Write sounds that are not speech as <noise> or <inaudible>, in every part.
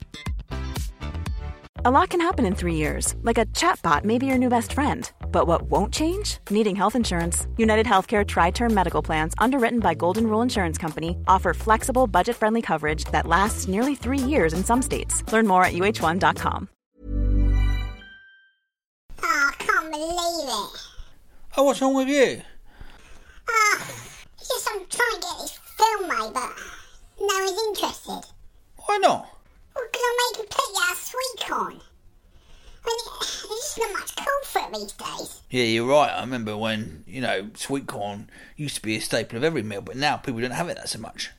A lot can happen in three years, like a chatbot may be your new best friend. But what won't change? Needing health insurance. United Healthcare Tri Term Medical Plans, underwritten by Golden Rule Insurance Company, offer flexible, budget friendly coverage that lasts nearly three years in some states. Learn more at uh1.com. Oh, I can't believe it. Oh, what's wrong with you? Oh, it's just I'm trying to get this film made, but no one's interested. Why not? Well, because I'm making pretty ass sweet corn. I mean, <laughs> there's just not much call for it these days. Yeah, you're right. I remember when, you know, sweet corn used to be a staple of every meal, but now people don't have it that so much.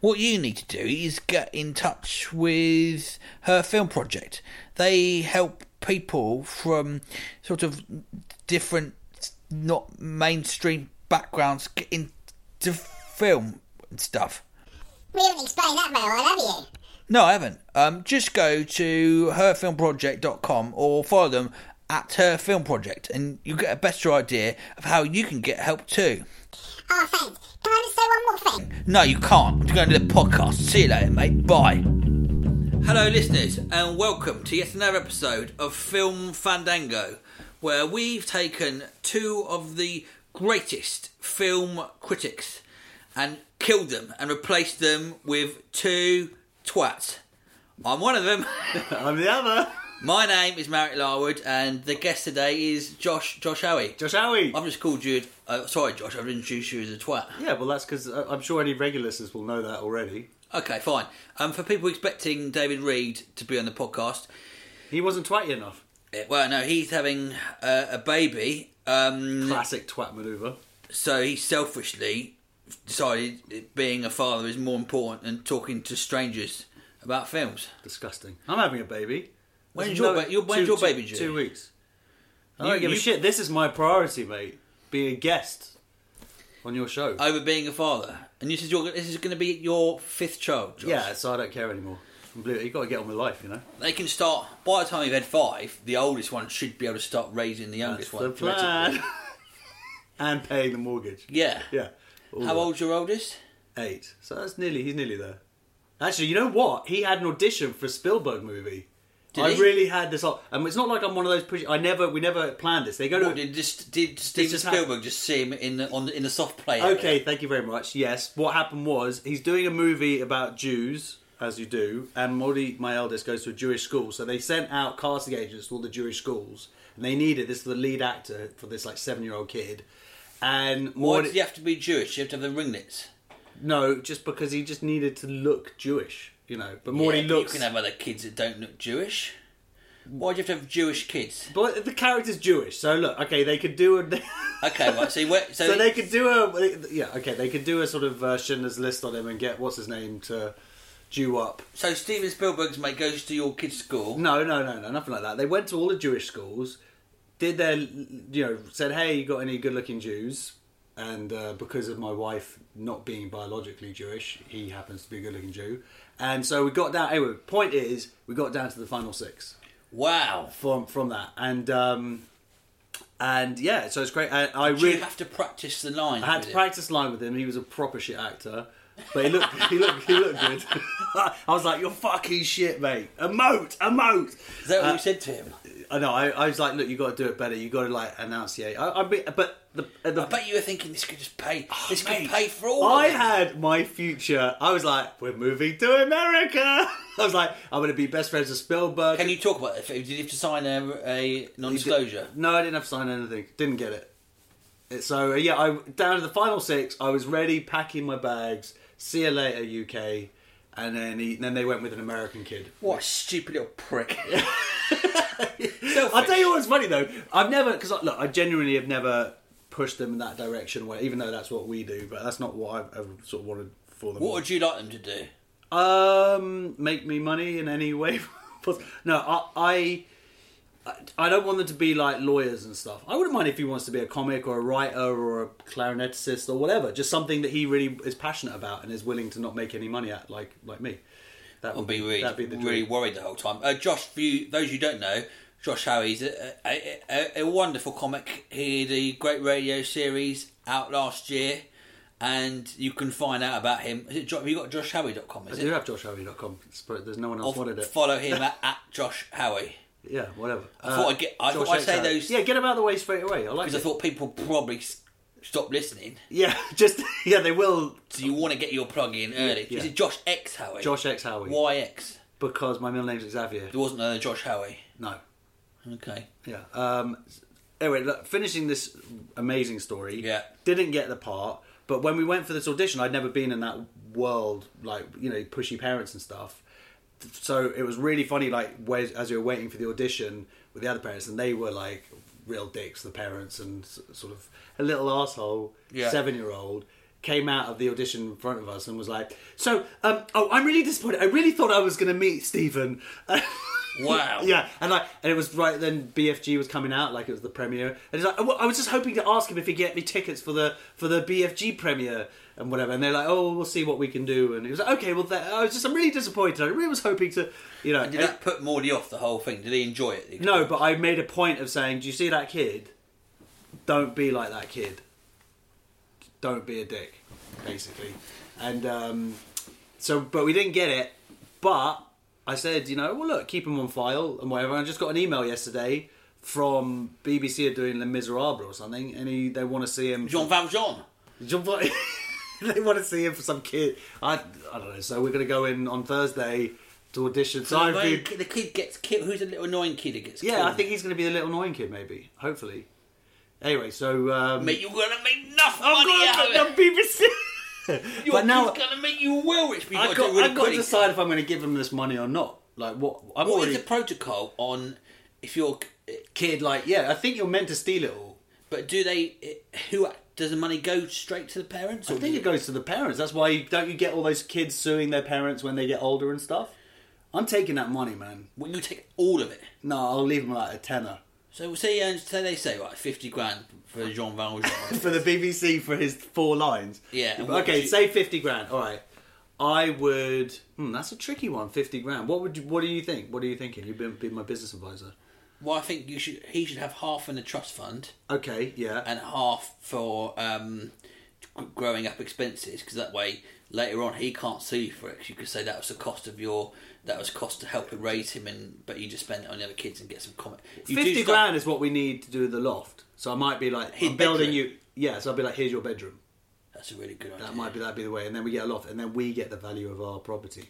What you need to do is get in touch with her film project. They help people from sort of different, not mainstream backgrounds get into film and stuff. We haven't explained that very well, have you? No, I haven't. Um, just go to herfilmproject.com or follow them at her film project and you'll get a better idea of how you can get help too. Oh, thanks. Can I just say one more thing? No, you can't. I'm going to do the podcast. See you later, mate. Bye. Hello, listeners, and welcome to yet another episode of Film Fandango, where we've taken two of the greatest film critics and killed them and replaced them with two twats. I'm one of them. <laughs> I'm the other. My name is Marek Larwood, and the guest today is Josh Josh Howie. Josh Howie. I've just called you. Uh, sorry, Josh. I've introduced you as a twat. yeah, well, that's because I'm sure any regular listeners will know that already. Okay, fine. Um, for people expecting David Reed to be on the podcast, He wasn't twatty enough. eh, well, no, he's having uh, a baby, um, Classic twat maneuver. so he selfishly decided that being a father is more important than talking to strangers about films. Disgusting. I'm having a baby. When's There's your ba- your- when's two- your baby two- due? Two weeks. I don't You- give you- a shit. This is my priority, mate. Be a guest on your show. Over being a father, and this is your this is going to be your fifth child. Josh. yeah, so I don't care anymore. I'm blue. You got to get on with life, you know. They can start by the time you've had five. The oldest one should be able to start raising the youngest That's the one. plan. <laughs> and paying the mortgage. Yeah. Yeah. All How that. old's your oldest? Eight. So that's nearly. He's nearly there. Actually, you know what? He had an audition for a Spielberg movie. Did I he? really had this. up- And it's not like I'm one of those. Push- I never. We never planned this. They go to. What, did just did Steven just Spielberg happened. just see him in the on the, in the soft play? area? okay, thank you very much. Yes, what happened was he's doing a movie about Jews, as you do, and Molly, my eldest, goes to a Jewish school. So they sent out casting agents to all the Jewish schools, and they needed this for the lead actor for this like seven year old kid. And Why Maudie- does he have to be Jewish? You have to have the ringlets. no, just because he just needed to look Jewish, you know. But Morty Yeah, but looks. You can have other kids that don't look Jewish. Why do you have to have Jewish kids? But the character's Jewish, so look, okay, they could do a. <laughs> Okay, right. So, you went- so, so they could do a. Yeah, okay, they could do a sort of uh, Schindler's List on him and get what's his name to Jew up. so Steven Spielberg's mate goes to your kid's school. No, no, no, no, nothing like that. They went to all the Jewish schools, did their, you know, said, hey, you got any good looking Jews? And uh, because of my wife not being biologically Jewish, he happens to be a good looking Jew. And so we got down, anyway, point is, we got down to the final six Wow. from from that. And, um, and yeah, so it's great. I, I Do really. you have to practice the line? I had to practice line with him. He was a proper shit actor, but he looked he looked he looked good. <laughs> I was like, "You're fucking shit, mate. Emote, emote." Is that what you said to him? I know. I, I was like, "Look, you got to do it better. You got to like enunciate." I, I be- but the, at the I bet you were thinking this could just pay. this could Oh, mate, pay for all. I of them. had my future. I was like, "We're moving to America." <laughs> I was like, "I'm going to be best friends with Spielberg." Can you talk about it? Did you have to sign a, a non-disclosure? No, I didn't have to sign anything. Didn't get it. It- So uh, yeah, I down to the final six. I was ready, packing my bags. See you later, UK. And then he, then they went with an American kid. What a stupid little <laughs> prick. I'll tell you what's funny though. I've never because look, I genuinely have never pushed them in that direction. Where even though that's what we do, but that's not what I've ever sort of wanted for them. What would you like them to do? <laughs> Um, make me money in any way. possible. no, I, I, I, I don't want them to be like lawyers and stuff. I wouldn't mind if he wants to be a comic or a writer or a clarinetist or whatever. Just something that he really is passionate about and is willing to not make any money at, like like me. That I'll be really, that'd be the really dream. worried the whole time. Uh, Josh, for you, those who don't know, Josh Howey's a, a, a, a wonderful comic. He did a great radio series out last year, and you can find out about him. Is it, Jo- have you got joshhowie.com, I is do it? have joshhowie.com. It's- but There's no one else wanted Or it. follow him at, at Josh Howie. Yeah, whatever. Uh, I thought I'd get- I thought I'd say those- Yeah, get them out of the way straight away. I like Because I it. thought people probably s- stopped listening, Yeah, just yeah, <laughs> they will so you want to get your plug in early. yeah. Is it Josh X Howie? Josh X Howie. YX. because my middle name's Xavier. There wasn't another Josh Howie. No. <laughs> Okay. Yeah. Um, anyway, look, finishing this amazing story. Yeah. Didn't get the part, but when we went for this audition, I'd never been in that world, like you know, pushy parents and stuff. So it was really funny, like wa- as we were waiting for the audition with the other parents, and they were like real dicks, the parents, and s- sort of a little asshole Yeah. seven-year-old came out of the audition in front of us and was like, "So, um, oh, I'm really disappointed. I really thought I was going to meet Stephen." <laughs> Wow. Yeah, and like, and it was right then. BFG was coming out, like it was the premiere, and he's like, "Well, I was just hoping to ask him if he'd get me tickets for the for the BFG premiere and whatever. And they're like, "Oh, we'll see what we can do." And he was like, "Okay, well, that, I was just, I'm really disappointed. I really was hoping to, you know." Did and- that put Morty off the whole thing? Did he enjoy it? no, but I made a point of saying, "Do you see that kid? Don't be like that kid. Don't be a dick, basically." And um, so, but we didn't get it. But I said, you know, well, look, keep him on file and whatever. And I just got an email yesterday from BBC are doing Les Miserables or something, and he, they want to see him. Jean Valjean. John Voight- <laughs> they want to see him for some kid. I, I don't know. So we're going to go in on Thursday to audition. So I've the, been- kid- the kid gets killed. Who's the little annoying kid that gets killed? yeah, I think he's going to be the little annoying kid, maybe. Hopefully. Anyway, so um, Mate, you're gonna make enough I'm money out going of to it. BBC. Your but now kid's gonna make you well rich. but you've got I've got, to do it really I've got to quick. decide if I'm going to give him this money or not. Like what? I'm What already is the protocol on if you're? kid. Like yeah, I think you're meant to steal it all. But do they? Who does the money go straight to the parents? Or I think it goes to the parents. That's why you, don't you get all those kids suing their parents when they get older and stuff. I'm taking that money, man. Well, you take all of it. No, I'll leave him like a tenner So say you earn, say they say right, fifty grand for Jean <laughs> Valjean. for the BBC for his four lines. Yeah, and what Okay, would you- say fifty grand. All right. I would. Hmm, that's a tricky one. Fifty grand. What would? You, what do you think? What are you thinking? You've been, been my business advisor. well, I think you should. He should have half in the trust fund Okay. Yeah. and half for um, g- growing up expenses because that way later on he can't sue you for it 'cause you could say that was the cost of your that was cost to help raise him and but you just spend it on the other kids and get some comment. You do fifty stuff- grand is what we need to do the loft. So I might be like, His I'm building bedroom. you. Yeah. So I'll be like, here's your bedroom. That's a really good idea. That might be that be the way. And then we get a loft, and then we get the value of our property.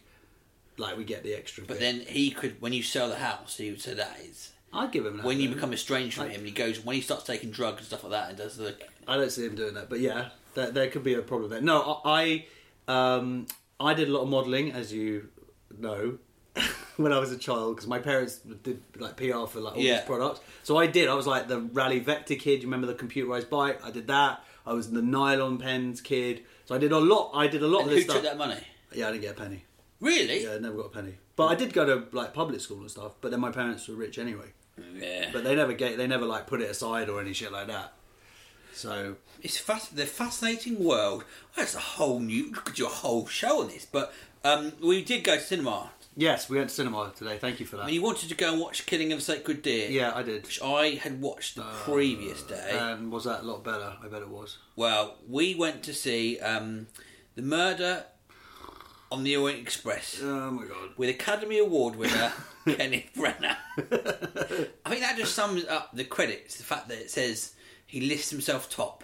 Like we get the extra. But bit. then he could when you sell the house, he would say that is. I'd give him. That When you then. become estranged from him, and he goes when he starts taking drugs and stuff like that, and does the I don't see him doing that, but yeah, there, there could be a problem there. No, I, I, um, I did a lot of modelling, as you know, <laughs> when I was a child, because my parents did like PR for like all Yeah. these products. So I did. I was like the Rally Vector kid. You remember the computerized bike? I did that. I was the nylon pens kid. So I did a lot. I did a lot and of who this stuff. took that money? Yeah, I didn't get a penny. Really? Yeah, I never got a penny. But I did go to like public school and stuff. But then my parents were rich anyway. Yeah. But they never get. They never like put it aside or any shit like that. So It's fas- the fascinating world. That's a whole new. Look at your whole show on this. But um, we did go to cinema. Yes, we went to cinema today. Thank you for that. And you wanted to go and watch Killing of a Sacred Deer. yeah, I did. Uh, Which I had watched the previous day. And was that a lot better? I bet it was. well, we went to see um, The Murder on the Orient Express Oh my god. with Academy Award winner <laughs> Kenneth Brenner. I think that just sums up the credits. The fact that it says he lists himself top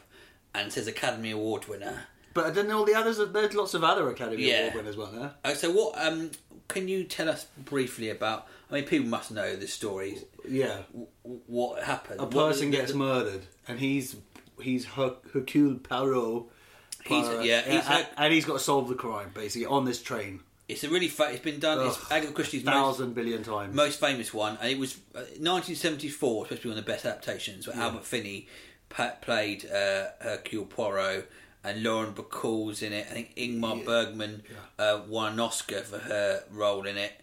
and says Academy Award winner. But then all the others, there's lots of other Academy Yeah. Award winners, weren't there? Uh, so what um, can you tell us briefly about? I mean, people must know the story. Yeah. W- w- What happened? A What- person the- gets the- murdered, and he's he's Her- Hercule Poirot. He's- Poirot. yeah, he's and, Her- and he's got to solve the crime basically on this train, It's a really fa- it's been done. It's Ugh, Agatha Christie's most, thousand billion times. most famous one, and it was uh, 1974, supposed to be one of the best adaptations. Where Albert Finney pa- played uh, Hercule Poirot, and Lauren Bacall's in it. I think Ingmar Bergman uh, won an Oscar for her role in it.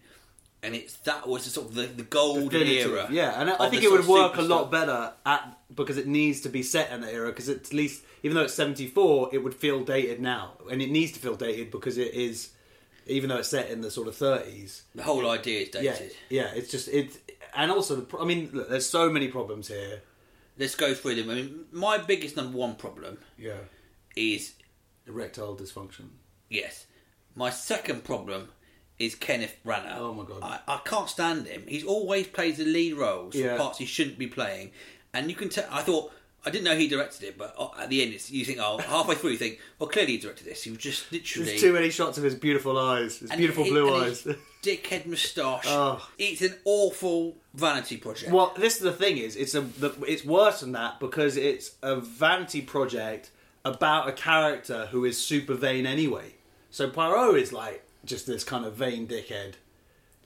and it's that was the sort of the, the golden Definitive, era. Yeah, and I, I of think the it sort would of work a superstar. lot better at because it needs to be set in that era. Because at least, even though it's seventy four, it would feel dated now, and it needs to feel dated because it is, even though it's set in the sort of thirties. The whole idea is Yeah, dated. yeah. It's just it, and also the. pro- I mean, look, there's so many problems here. Let's go through them. I mean, my biggest number one problem Yeah, is erectile dysfunction. yes. My second problem is Kenneth Branagh. Oh my God. I, I can't stand him. He's always plays the lead roles, Yeah. parts he shouldn't be playing, and you can tell. I thought. I didn't know he directed it, but uh, at the end, it's, you think, oh, halfway through, you think, well, clearly he directed this. He was just literally. There's too many shots of his beautiful eyes, his and beautiful he- blue and eyes. <laughs> his Dickhead moustache. Oh. It's an awful vanity project. Well, this is the thing is it's a the, it's worse than that because it's a vanity project about a character who is super vain anyway. So Poirot is like just this kind of vain dickhead.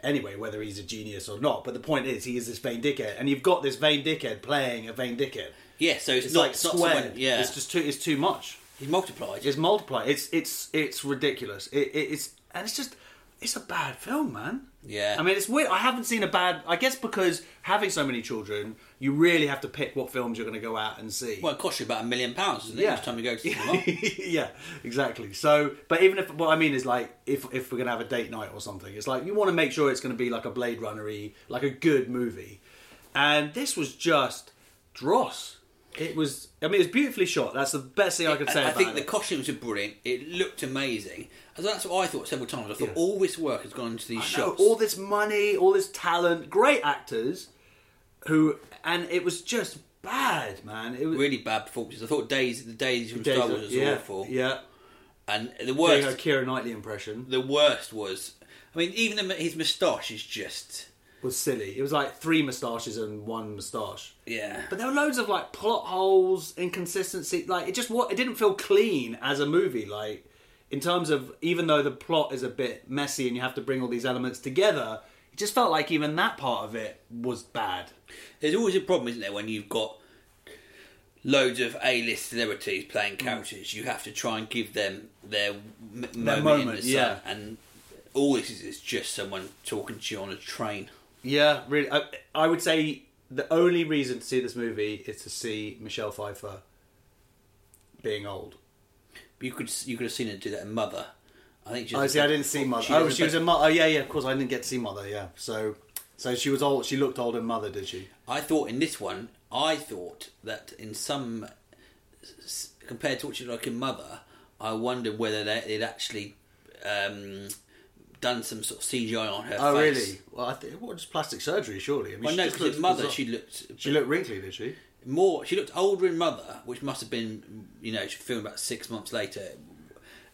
Anyway, whether he's a genius or not, but the point is he is this vain dickhead, and you've got this vain dickhead playing a vain dickhead. Yeah, so it's, It's not, like it's not squared. someone- yeah, It's just too. It's too much. he's multiplied. It's multiplied. It's it's it's ridiculous. It, it, it's and it's just it's a bad film, man. Yeah. I mean, it's weird. I haven't seen a bad. I guess because having so many children, you really have to pick what films you're going to go out and see. well, it costs you about a million pounds, doesn't it? Yeah. Each time you go to the cinema. <laughs> yeah, exactly. So, but even if what I mean is like, if if we're gonna have a date night or something, it's like you want to make sure it's gonna be like a Blade Runnery, like a good movie. And this was just dross. It was. I mean, it was beautifully shot. That's the best thing I could say. I, I about think it. the costumes were brilliant. It looked amazing. And that's what I thought several times. I thought all this work has gone into these No, shots. all this money, all this talent, great actors, who and it was just bad, man. It was really bad performances. I thought Days the Days from Star Wars was yeah, awful. Yeah, And the doing her worst Kira Knightley impression the worst was I mean, even the, his moustache is just was silly. It was like three moustaches and one moustache. yeah. But there were loads of like plot holes, inconsistency. Like it just what it didn't feel clean as a movie. Like in terms of even though the plot is a bit messy and you have to bring all these elements together, it just felt like even that part of it was bad. There's always a problem, isn't there, when you've got loads of A-list celebrities playing Mm. characters. You have to try and give them their, m- moment, in moment, the sun. yeah. And all this is is just someone talking to you on a train. Yeah, really. I, I would say the only reason to see this movie is to see Michelle Pfeiffer being old. You could you could have seen her do that in Mother. I think. She Oh, see, I didn't see Mother. oh, doesn't she was affect- in Mother. Oh, yeah, yeah. Of course, I didn't get to see Mother. Yeah, so so she was old. She looked old in Mother, did she? I thought in this one, I thought that in some s- compared to what she looked like in Mother, I wondered whether they, they'd actually um, done some sort of CGI on her. Oh, face. really? Well, I think well, just plastic surgery, surely. I mean, Well, she no, just because looks in Mother bizarre. she looked she looked wrinkly, did she? more. She looked older in Mother, which must have been you know she filmed about six months later.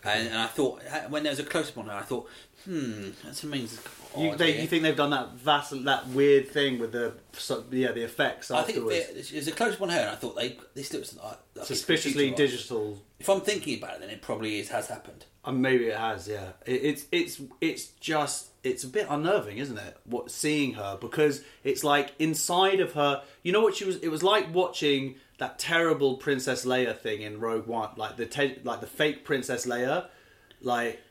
And, and I thought when there was a close up on her, I thought, hmm, that's amazing. You, they, you think they've done that vas- that weird thing with the so- yeah the effects I think afterwards? it was a close up on her, and I thought they this looks like like it's Suspiciously computerised. digital If I'm thinking about it, then it probably is has happened. And Uh, maybe it has, yeah. It, it's it's it's just it's a bit unnerving, isn't it? What seeing her because it's like inside of her. You know what she was? It was like watching that terrible Princess Leia thing in Rogue One, like the te- like the fake Princess Leia, like.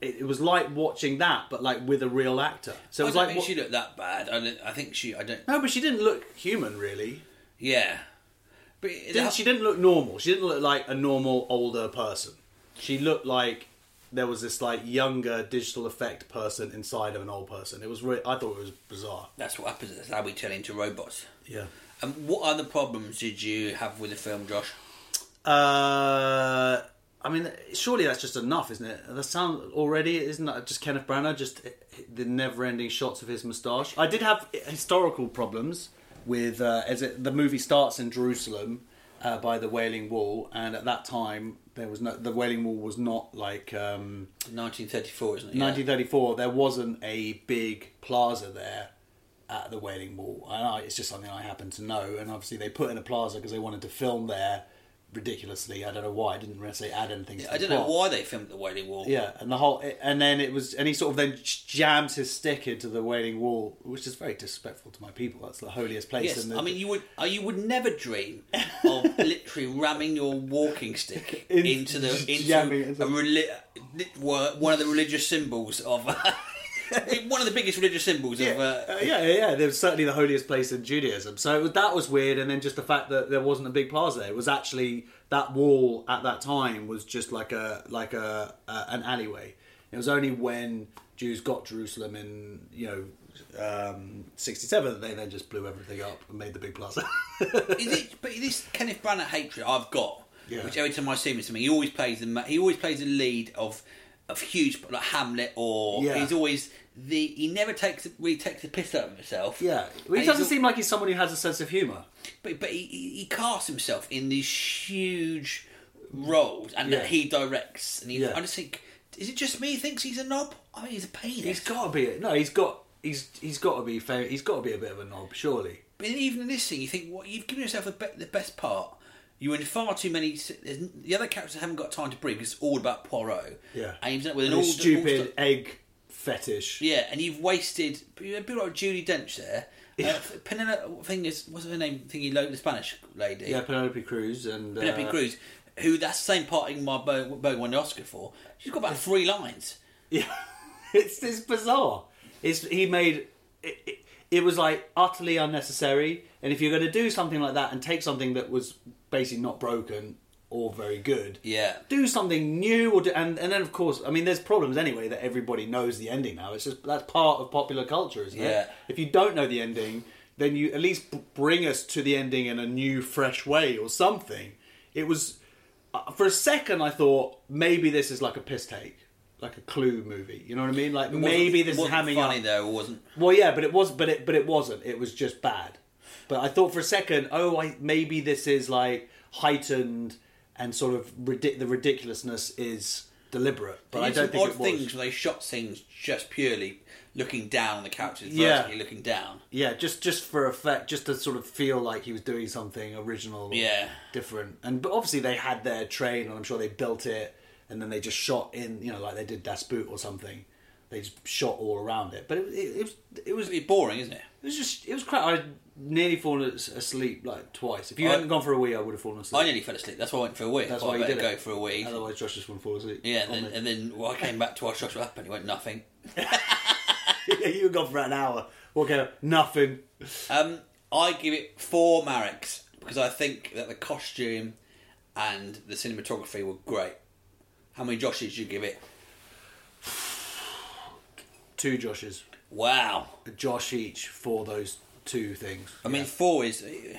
It, it was like watching that, but like with a real actor. So I it was don't like think wa- she looked that bad. I, don't, I think she. I don't. no, but she didn't look human, really. Yeah, but it- Didn't, that- she didn't look normal. She didn't look like a normal older person. She looked like there was this like younger digital effect person inside of an old person. It was re- I thought it was bizarre. That's what happens. That's how we turn into robots. Yeah. And what other problems did you have with the film, Josh? Uh, I mean, surely that's just enough, isn't it? The sound already isn't that just Kenneth Branagh, just the never-ending shots of his moustache. I did have historical problems with uh, as it, the movie starts in Jerusalem uh, by the Wailing Wall, and at that time there was no the Wailing Wall was not like. Um, 1934, isn't it? Yeah. 1934, there wasn't a big plaza there at the Wailing Wall. And I, it's just something I happen to know. And obviously, they put in a plaza because they wanted to film there ridiculously. I don't know why. I didn't necessarily add anything. to I the don't know plot. why they filmed the Wailing Wall. Yeah, and the whole, and then it was, and he sort of then jams his stick into the Wailing Wall, which is very disrespectful to my people. That's the holiest place. Yes, in the, I mean you would uh, you would never <laughs> dream of literally ramming your walking stick <laughs> In- into the into jamming it a <laughs> into- reli- one of the religious symbols of One of the biggest religious symbols of. Uh, Uh, yeah, yeah, yeah. There was certainly the holiest place in Judaism. So it was- that was weird. And then just the fact that there wasn't a big plaza. It was actually that wall at that time was just like a like a uh, an alleyway. It was only when Jews got Jerusalem in you know um, sixty seven that they then just blew everything up and made the big plaza. <laughs> is it, but this Kenneth Branagh hatred I've got, Yeah. which every time I see him, it's something he always plays the ma- he always plays the lead of of huge like Hamlet or Yeah. he's always the he never takes really takes the piss out of himself. yeah, And well, he he's doesn't al- seem like he's someone who has a sense of humor. but, but he, he he casts himself in these huge roles and Yeah. that he directs and he, Yeah. I just think is it just me who thinks he's a knob? I mean he's a penis. He's got to be a- no. He's got he's he's got to be fam- he's got to be a bit of a knob, surely. But even in this thing, you think, what you've given yourself the, be- the best part. You're in far too many. s- there's n- The other characters haven't got time to breathe. 'cause It's all about Poirot. Yeah, and you've done it with an And all his stupid all stu- egg fetish. yeah, and you've wasted. but you had A bit like Judy Dench there. Uh, Penelope thing is what's her name? Thingy, lo- the Spanish lady. Yeah, Penelope Cruz and uh, Penelope Cruz, who that's the same part in my Berg won the Oscar for. She's got about three lines. Yeah, <laughs> it's it's bizarre. It's he made it, it, it was like utterly unnecessary. And if you're going to do something like that and take something that was basically not broken or very good, Yeah. do something new or do, and and then of course, I mean, there's problems anyway that everybody knows the ending now. It's just that's part of popular culture, isn't it? Yeah. If you don't know the ending, then you at least b- bring us to the ending in a new, fresh way or something. It was uh, for a second I thought maybe this is like a piss take, like a Clue movie. You know what I mean? Like maybe Wasn't- this is wasn't hamming funny up. though, it wasn't. Well, yeah, but it was, but it, but it wasn't. It was just bad. But I thought for a second, oh, I, maybe this is like heightened and sort of ridic- the ridiculousness is deliberate. But I They did some don't think odd it was. things where they shot things just purely looking down on the couches, Yeah. vertically looking down. Yeah, just just for effect, just to sort of feel like he was doing something original, or Yeah. different. And but obviously they had their train, and I'm sure they built it, and then they just shot in, you know, like they did Das Boot or something. They just shot all around it, but it, it, it was it was It's boring, isn't it? It was just, it was crap. I nearly fallen as- asleep like twice. If you I- hadn't gone for a wee, I would have fallen asleep. I nearly fell asleep. That's why I went for a wee. That's Well, why I you better did it. go for a wee. Otherwise, Josh just wouldn't fall asleep. Yeah, and On then, me. and then well, I came back to our shot up and he went nothing. yeah, <laughs> you were gone for an hour. Okay, nothing. Um, I give it four Mareks because I think that the costume and the cinematography were great. How many Joshes did you give it? Two Joshes, Wow. a Josh each for those two things. I mean, four is. it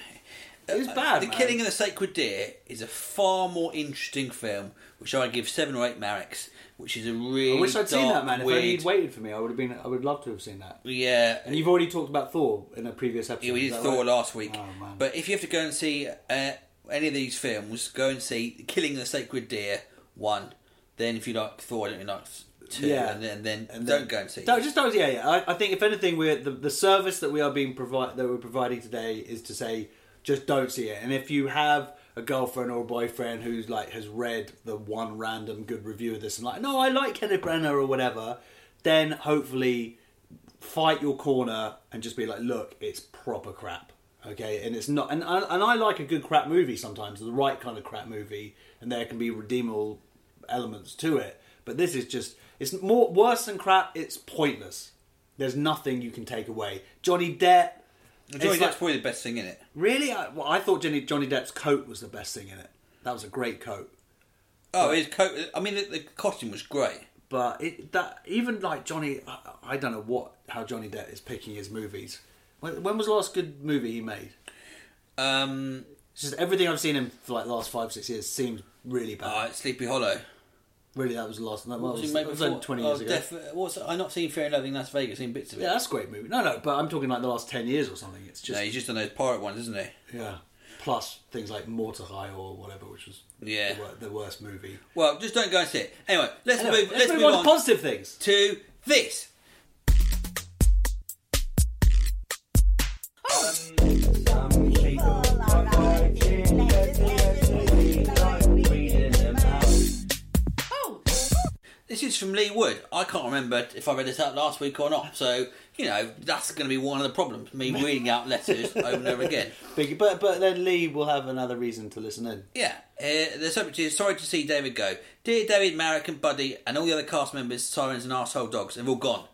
was bad. Uh, the Ah, man. Killing of the Sacred Deer is a far more interesting film, which I give seven or eight Mareks, which is a really. I wish I'd seen dark, that, man. If weird- only you'd waited for me, I would have been. I would love to have seen that. Yeah, And you've already talked about Thor in a previous episode. Yeah, we is did that Thor right? last week. Oh, man. But if you have to go and see uh, any of these films, go and see Killing the Sacred Deer one. Then if you like Thor, I don't you like two, Yeah. and then, then And don't then- go and see. Don't, just don't. Yeah, yeah. I, I think if anything, we're the, the service that we are being provide that we're providing today is to say just don't see it. And if you have a girlfriend or a boyfriend who's like has read the one random good review of this and like, no, I like Kenneth Branagh or whatever, then hopefully fight your corner and just be like, look, it's proper crap. Okay, and it's not, and I- and I like a good crap movie sometimes, the right kind of crap movie, and there can be redeemable elements to it. But this is just, it's more worse than crap. It's pointless. There's nothing you can take away. Johnny Depp, Johnny it's Depp's like- probably the best thing in it. really? I, well, I thought Johnny Johnny Depp's coat was the best thing in it. That was a great coat. Oh, his coat. I mean, the, the costume was great. But it, that even like Johnny, I, I don't know what how Johnny Depp is picking his movies. When, when was the last good movie he made? Um, It's just everything I've seen him for like the last five six years seems really bad. uh, Sleepy Hollow. really, that was the last. That Was was, he made that was only before? twenty Oh, years ago. Death- what's I not seen Fear and Loathing in Las Vegas. Seen bits of it. yeah, that's a great movie. No, no, but I'm talking like the last ten years or something. It's no, just he's just on those pirate ones, isn't he? yeah. Plus things like Mortify or whatever, which was Yeah. the, wor- the worst movie. Well, just don't go and see it. Anyway, let's Anyway, move. Let's, move, on, on to positive things. to this. This is from Lee Wood. I can't remember if I read this out last week or not. So, you know, that's going to be one of the problems me reading out letters over and over again. Big, but but then Lee will have another reason to listen in. Yeah, uh, the subject is sorry to see David go. Dear David, Marek, and Buddy, and all the other cast members, sirens, and arsehole dogs, they've all gone.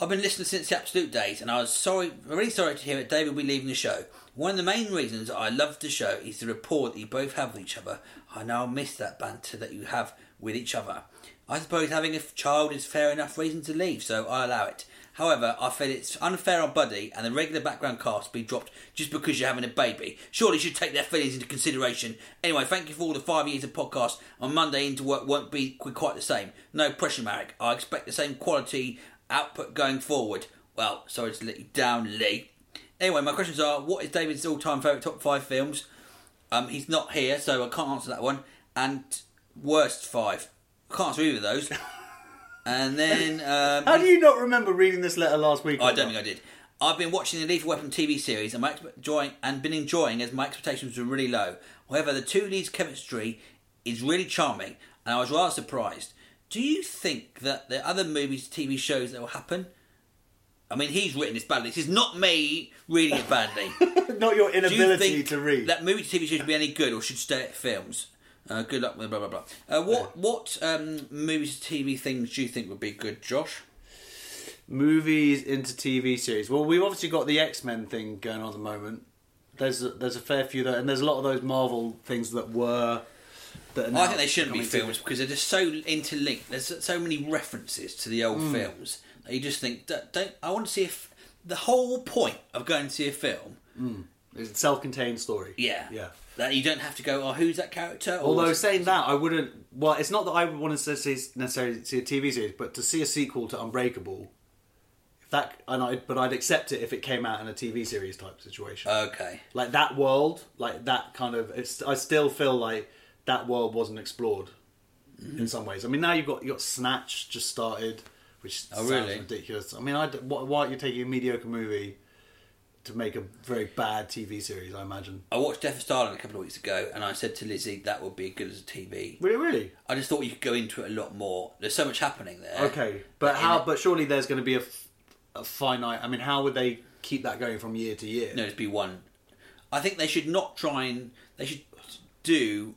I've been listening since the absolute days, and I was sorry, really sorry to hear that David will be leaving the show. One of the main reasons I love the show is the rapport that you both have with each other. I now miss that banter that you have with each other. I suppose having a f- child is fair enough reason to leave, so I allow it. However, I feel it's unfair on Buddy and the regular background cast to be dropped just because you're having a baby. Surely you should take their feelings into consideration. Anyway, thank you for all the five years of podcast. On Monday into work won't be qu- quite the same. No pressure, Marek. I expect the same quality output going forward. Well, sorry to let you down, Lee. Anyway, my questions are: What is David's all-time favorite top five films? Um, he's not here, so I can't answer that one. And worst five, can't answer either of those. and then um, How do you not remember reading this letter last week? I don't think I did. I've been watching the Lethal Weapon TV series and, my expe- enjoying, and been enjoying as my expectations were really low. However, the two leads' chemistry is really charming, and I was rather surprised. Do you think that the other movies, TV shows that will happen? I mean, he's written this badly. This is not me reading it <laughs> badly. Not your Do you inability think to read. that movie TV should be any good or should stay at films? Uh, good luck with blah blah blah. Uh, what what um, movies, TV things do you think would be good, Josh? Movies into TV series. Well, we've obviously got the X Men thing going on at the moment. There's a, there's a fair few that, and there's a lot of those Marvel things that were. That are I now think they shouldn't be coming to- films because they're just so interlinked. There's so many references to the Mm. old films that you just think, "Don't- don't. I want to see if the whole point of going to see a film, It's a self-contained story. yeah, yeah. that you don't have to go, oh, who's that character? Or Although saying that, I wouldn't. Well, it's not that I would want to see, necessarily see a TV series, but to see a sequel to Unbreakable, if that, and I, but I'd accept it if it came out in a TV series type situation. okay, like that world, like that kind of. It's, I still feel like that world wasn't explored Mm. in some ways. I mean, now you've got you got Snatch just started, which sounds Oh, really? ridiculous. I mean, I, d- why, why are you taking a mediocre movie to make a very bad TV series? I imagine. I watched Death of Stalin a couple of weeks ago, and I said to Lizzie that would be good as a TV. Really, really. I just thought you could go into it a lot more. There's so much happening there. Okay, Eh, but Eh, how? But surely there's going to be a, f- a finite. I mean, how would they keep that going from year to year? No, it'd be one. I think they should not try and they should do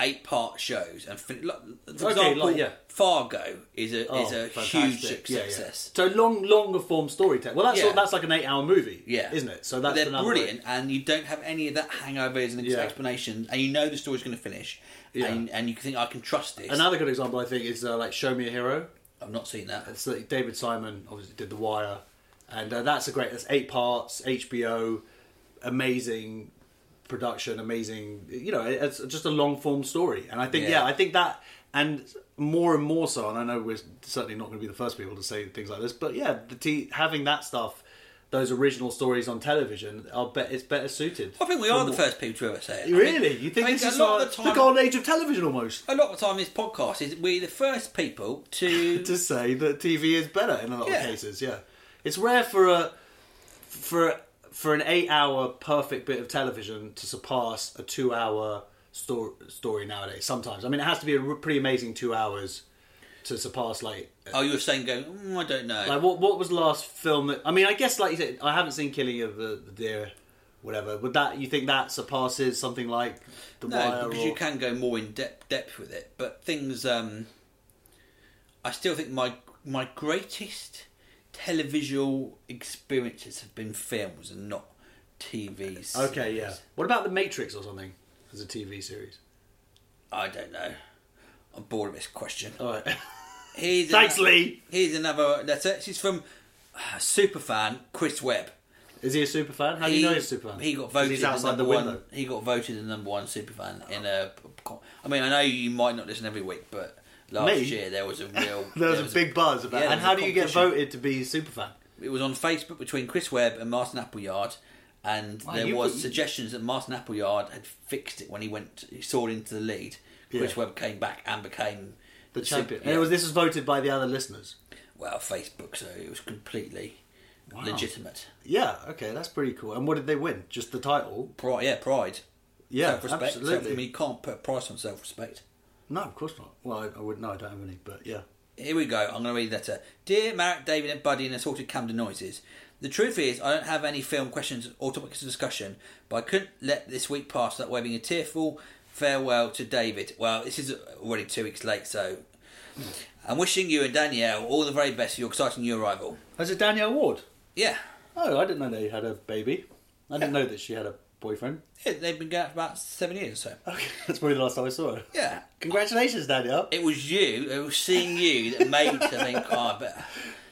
eight part shows and fin- like, for Okay, example, like, yeah. Fargo is a Oh, is a huge fantastic. Yeah, yeah. success. So long, longer form storytelling. Well, that's Yeah. that's like an eight-hour movie, Yeah, isn't it? So But that's they're another way. brilliant, and you don't have any of that hangovers and Yeah. explanation, and you know the story's going to finish, Yeah. and and you can think I can trust this. Another good example, I think, is uh, like "Show Me a Hero." I've not seen that. It's like David Simon obviously did The Wire, and uh, that's a great. That's eight parts, HBO, amazing production, amazing. You know, it's just a long form story, and I think Yeah. yeah. I think that, and more and more so. And I know we're certainly not going to be the first people to say things like this, but yeah, the t- having that stuff, those original stories on television, I'll bet it's better suited. I think we for are the more- first people to ever say it. I Really, you think I this a is lot like <laughs> of the the, time? golden age of television almost? a lot of the time, this podcast is we're the first people to <laughs> to say that TV is better in a lot Yeah. of cases. Yeah, it's rare for a for for an eight-hour perfect bit of television to surpass a two-hour sto- story nowadays. Sometimes, I mean, it has to be a r- pretty amazing two hours to surpass like. Oh, you were saying, going, mm, I don't know. Like what? What was the last film that? I mean, I guess like you said, I haven't seen Killing of the, the Deer, whatever. Would that you think that surpasses something like the Wire? No, because or- you can go more in depth depth with it. But things, um, I still think my my greatest televisual experiences have been films and not TVs. Okay, yeah. What about The Matrix or something as a TV series? I don't know. I'm bored of this question. All right. <laughs> Here's Thanks, another- Lee. Here's another letter. She's from uh, superfan Chris Webb. Is he a super fan? How do you know he's a super fan? He got 'Cause voted He's the outside the number window. One, he got voted the number one superfan in a. I mean, I know you might not listen every week, but last Me? year there <laughs> was a real. There was a big buzz yeah, about. there it. and was how a do you get competition. voted to be super fan? It was on Facebook between Chris Webb and Martin Appleyard, and there you was put- suggestions that Martin Appleyard had fixed it when he went. He soared into the lead. Chris Yeah. Webb came back and became The super- champion. yeah. And it was this was voted by the other listeners. well, Facebook, so it was completely legitimate. Yeah. Okay, that's pretty cool. And what did they win? Just the title. Pride, yeah, pride. Yeah, self-respect. Self- I mean, absolutely. you can't put a price on self-respect. No, of course not. Well, I, I would. No, I don't have any. But yeah. Here we go. I'm going to read the letter. Dear Marek, David, and Buddy, and assorted Camden noises. The truth is, I don't have any film questions or topics of discussion, but I couldn't let this week pass without waving a tearful farewell to David. Well, this is already two weeks late, so I'm wishing you and Danielle all the very best for your exciting new arrival. As a Danielle Ward. Yeah. Oh, I didn't know they had a baby. I didn't know that she had a <laughs> boyfriend. yeah they've been going out for about seven years or so. Okay, <laughs> that's probably the last time I saw her. Yeah. Congratulations, Danielle. It was you, it was seeing you that made me think, oh, I better.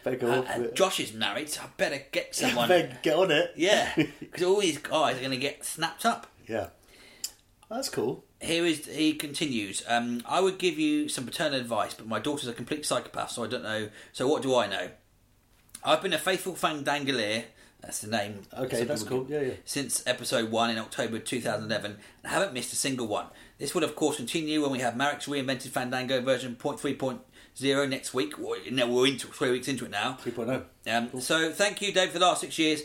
Better go off Uh, it. Josh is married, so I better get <laughs> someone. Better get on it. <laughs> Yeah, because all these guys are going to get snapped up. Yeah. That's cool. Here is he continues. Um, I would give you some paternal advice, but my daughter's a complete psychopath, so I don't know. So what do I know? I've been a faithful fangdangalier. That's the name. Okay, some that's people cool. Yeah, yeah. Since episode one in October 2011, and I haven't missed a single one. This will of course continue when we have Marek's reinvented Fandango version 0.3.0 next week. Well, no, we're into three weeks into it now. 3.0. Um, So thank you, Dave, for the last six years.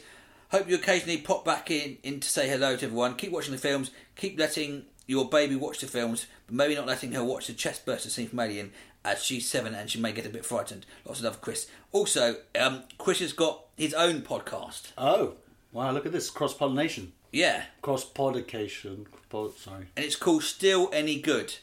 Hope you occasionally pop back in, in to say hello to everyone. Keep watching the films. Keep letting your baby watch the films, but maybe not letting her watch the chest burster scene from Alien, as she's seven and she may get a bit frightened. Lots of love, Chris. Also, um, Chris has got his own podcast. Oh, wow, look at this. Cross pollination. Yeah, Cross podication. Pod, sorry. and it's called Still Any Good.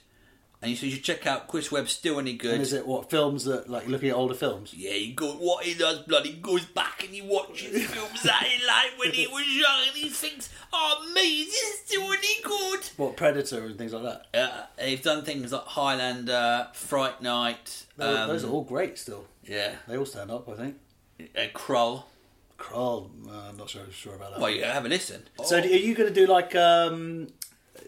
And you should you should check out Chris Webb's Still Any Good. And is it what? Films that, like, looking at older films? Yeah, he goes, what he does, bloody goes back and he watches films that he liked when he was young and he thinks, oh, mate, this is still any good. What? Predator and things like that. Uh, they've done things like Highlander, Fright Night, Those- um, Those are all great still. yeah, They all stand up, I think. uh, Krull. Crawl, uh, I'm not sure, sure about that. Well, yeah, have a listen. So, do- are you going to do like um,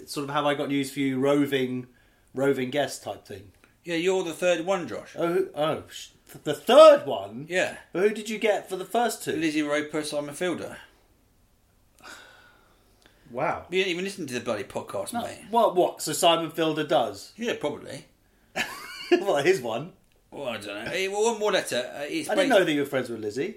sort of have I got news for you roving, roving guest type thing? Yeah, you're the third one, Josh. Oh, who- oh, sh- the third one. Yeah. Who did you get for the first two? Lizzie Roper, Simon Fielder. Wow. You didn't even listen to the bloody podcast, mate. What? What? So Simon Fielder does. <laughs> Yeah, probably. well, his one. Well, I don't know. Eh, well, one more letter. Uh, it's I didn't based- know that you were friends with Lizzie.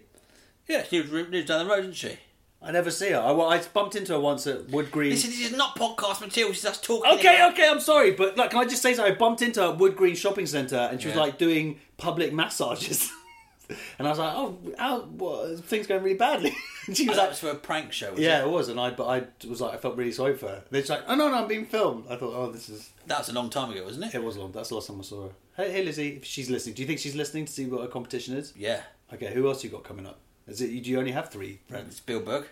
Yeah, she lives down the road, didn't she? I never see her. I, well, I bumped into her once at Wood Green. Listen, this is not podcast material. This is us talking. Okay, about- okay, I'm sorry, but like, can I just say something? I bumped into her at Wood Green Shopping Centre, and she was Yeah. like doing public massages, <laughs> and I was like, "Oh, ow, what, things going really badly." <laughs> And she was That like, was for a prank show. Was "Yeah, yeah, it was," and I, but I was like, I felt really sorry for her. Then she's like, "Oh no, no, I'm being filmed." I thought, "Oh, this is." that was a long time ago, wasn't it? It was long. That's the last time I saw her. Hey, hey, Lizzie, if she's listening, do you think she's listening to see what her competition is? Yeah, Okay, who else you got coming up? Is it? Do you only have three friends? Spielberg.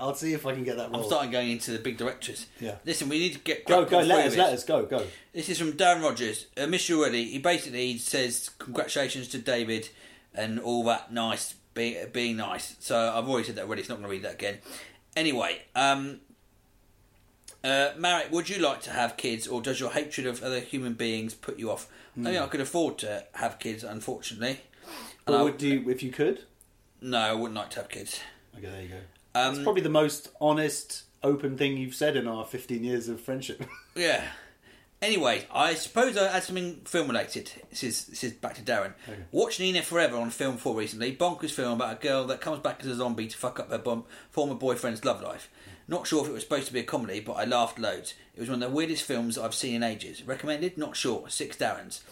I'll see if I can get that I'm role. starting going into the big directors. Oh. Yeah. Listen, we need to get Go, crack go, on through let us, this. let us, go, go. This is from Dan Rogers. Uh, Miss you already. He basically says congratulations to David and all that nice be, being nice. So I've already said that already. It's not going to read that again. Anyway, um, uh, Marek, would you like to have kids, or does your hatred of other human beings put you off? I Hmm. mean, I could afford to have kids, unfortunately. And I Or would, would you, if you could? no, I wouldn't like to have kids. Okay, there you go. It's probably the most honest, open thing you've said in our 15 years of friendship. Yeah. Anyway, I suppose I had something film related. This is this is back to Darren. Watched Nina Forever on Film Four recently. Bonkers film about a girl that comes back as a zombie to fuck up her bom- former boyfriend's love life. Not sure if it was supposed to be a comedy, but I laughed loads. It was one of the weirdest films I've seen in ages. Recommended? Not sure. Six Darrens.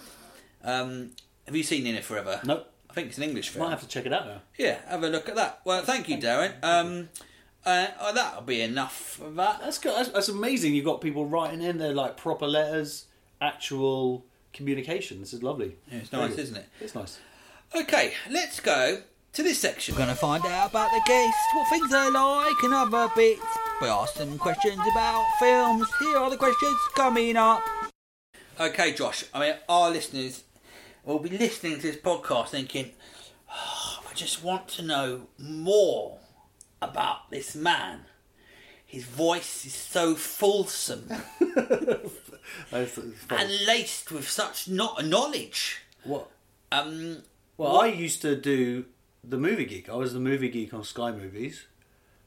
Um, have you seen Nina Forever? No. I think it's an English film. Might have to check it out now. Yeah, have a look at that. Well, thank you, Darren. Um, uh, oh, that'll be enough of that. <laughs> That's good. That's, that's amazing. You've got people writing in their like proper letters, actual communication. This is lovely. Yeah, it's nice, isn't it? It's nice. Okay, let's go to this section. We're going to find out about the guests, what things they like, and other bits. We asked them questions about films. Here are the questions coming up. Okay, Josh, I mean, our listeners will be listening to this podcast thinking, "Oh, I just want to know more about this man. His voice is so <laughs> fulsome I thought it was fun. and laced with such not knowledge. what? Um, Well, I used to do the movie geek. I was the movie geek on Sky Movies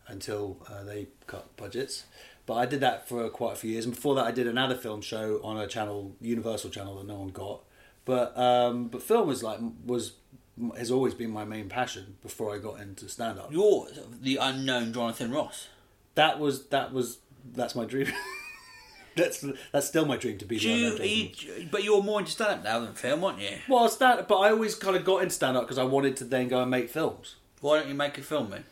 until uh, they cut budgets. But I did that for quite a few years, and before that, I did another film show on a channel, Universal Channel, that no one got. But um, but film was like was has always been my main passion before I got into stand up. you're the unknown Jonathan Ross. That was that was that's my dream. <laughs> that's that's still my dream to be. Do the you, unknown Jonathan. you- but you're more into stand up now than film, aren't you? well, stand, but I always kind of got in stand up because I wanted to then go and make films. Why don't you make a film then?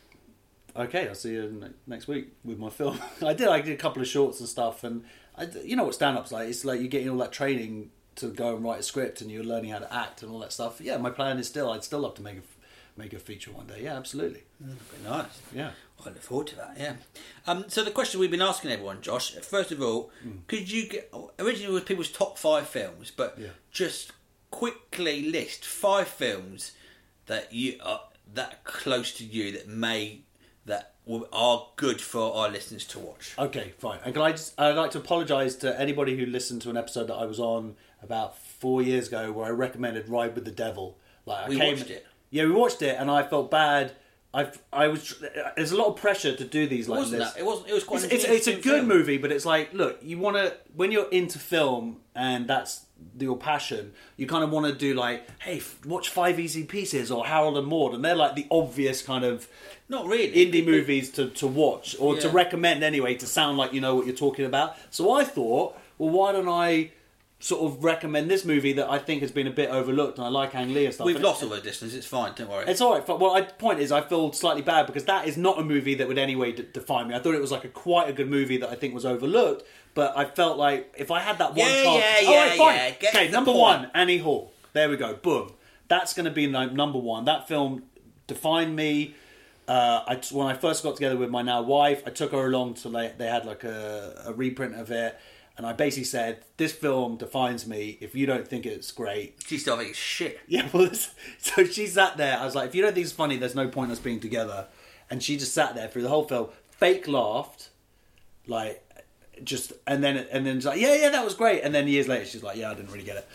okay, I'll see you ne- next week with my film. <laughs> I did. I did a couple of shorts and stuff, and I d you know what stand up's like. It's like you're getting all that training to go and write a script and you're learning how to act and all that stuff. Yeah, my plan is still I'd still love to make a make a feature one day. Yeah, absolutely. Very nice. Yeah. I look forward to that. Yeah. Um, so the question we've been asking everyone, Josh. First of all, Hmm. could you get originally it was people's top five films, but Yeah. just quickly list five films that you are that close to you that may that will- are good for our listeners to watch. Okay, fine. And can I just, I'd like to apologise to anybody who listened to an episode that I was on about four years ago where I recommended Ride with the Devil. Like I We came, watched it. Yeah, we watched it, and I felt bad. I I was tr- there's a lot of pressure to do these like Wasn't this. that- it wasn't- it was quite It's, an it's, it's a interesting good film. movie, but it's like look, you want to when you're into film and that's your passion, you kind of want to do like, hey, f- watch Five Easy Pieces or Harold and Maude, and they're like the obvious kind of Not really. indie movies to, to watch or to Yeah. recommend anyway to sound like you know what you're talking about. So I thought, well, why don't I sort of recommend this movie that I think has been a bit overlooked and I like Ang Lee and stuff. We've And lost all the listeners. It's fine. Don't worry. It's all right. But, well, I, point is, I feel slightly bad because that is not a movie that would anyway d- define me. I thought it was like a quite a good movie that I think was overlooked, but I felt like if I had that one, Yeah, chance, yeah, All yeah, right, fine. yeah. Get Okay, the number point. one, Annie Hall. There we go. Boom. That's going to be no- number one. That film defined me. Uh, I, when I first got together with my now wife, I took her along to like, they had like a, a reprint of it, and I basically said, "This film defines me. If you don't think it's great, She's still thinking shit. yeah, well, this, so she sat there. I was like, if you don't think it's funny, there's no point us being together. And she just sat there through the whole film, fake laughed, like just, and then and then she's like, yeah, yeah, that was great. And then years later, she's like, yeah, I didn't really get it.